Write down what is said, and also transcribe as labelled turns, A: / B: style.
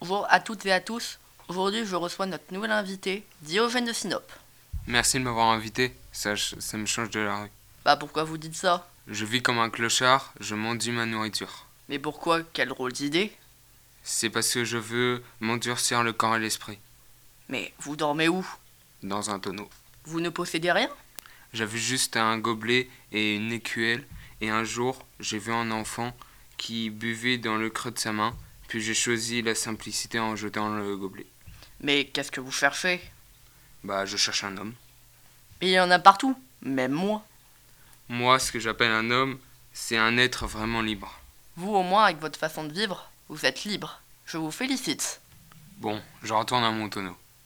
A: Bonjour à toutes et à tous. Aujourd'hui, je reçois notre nouvel invité, Diogène de Sinope.
B: Merci de m'avoir invité, ça, ch- ça me change de la rue.
A: Bah pourquoi vous dites ça
B: Je vis comme un clochard, je mendie ma nourriture.
A: Mais pourquoi Quelle drôle d'idée
B: C'est parce que je veux m'endurcir le corps et l'esprit,
A: Mais vous dormez où
B: dans un tonneau.
A: Vous ne possédez rien
B: J'avais juste un gobelet et une écuelle, et un jour, j'ai vu un enfant qui buvait dans le creux de sa main, puis j'ai choisi la simplicité en jetant le gobelet.
A: Mais qu'est-ce que vous cherchez
B: Bah, je cherche un homme.
A: Mais il y en a partout, même moi.
B: Moi, ce que j'appelle un homme, c'est un être vraiment libre.
A: Vous, au moins, avec votre façon de vivre, vous êtes libre. Je vous félicite.
B: Bon, je retourne à mon tonneau.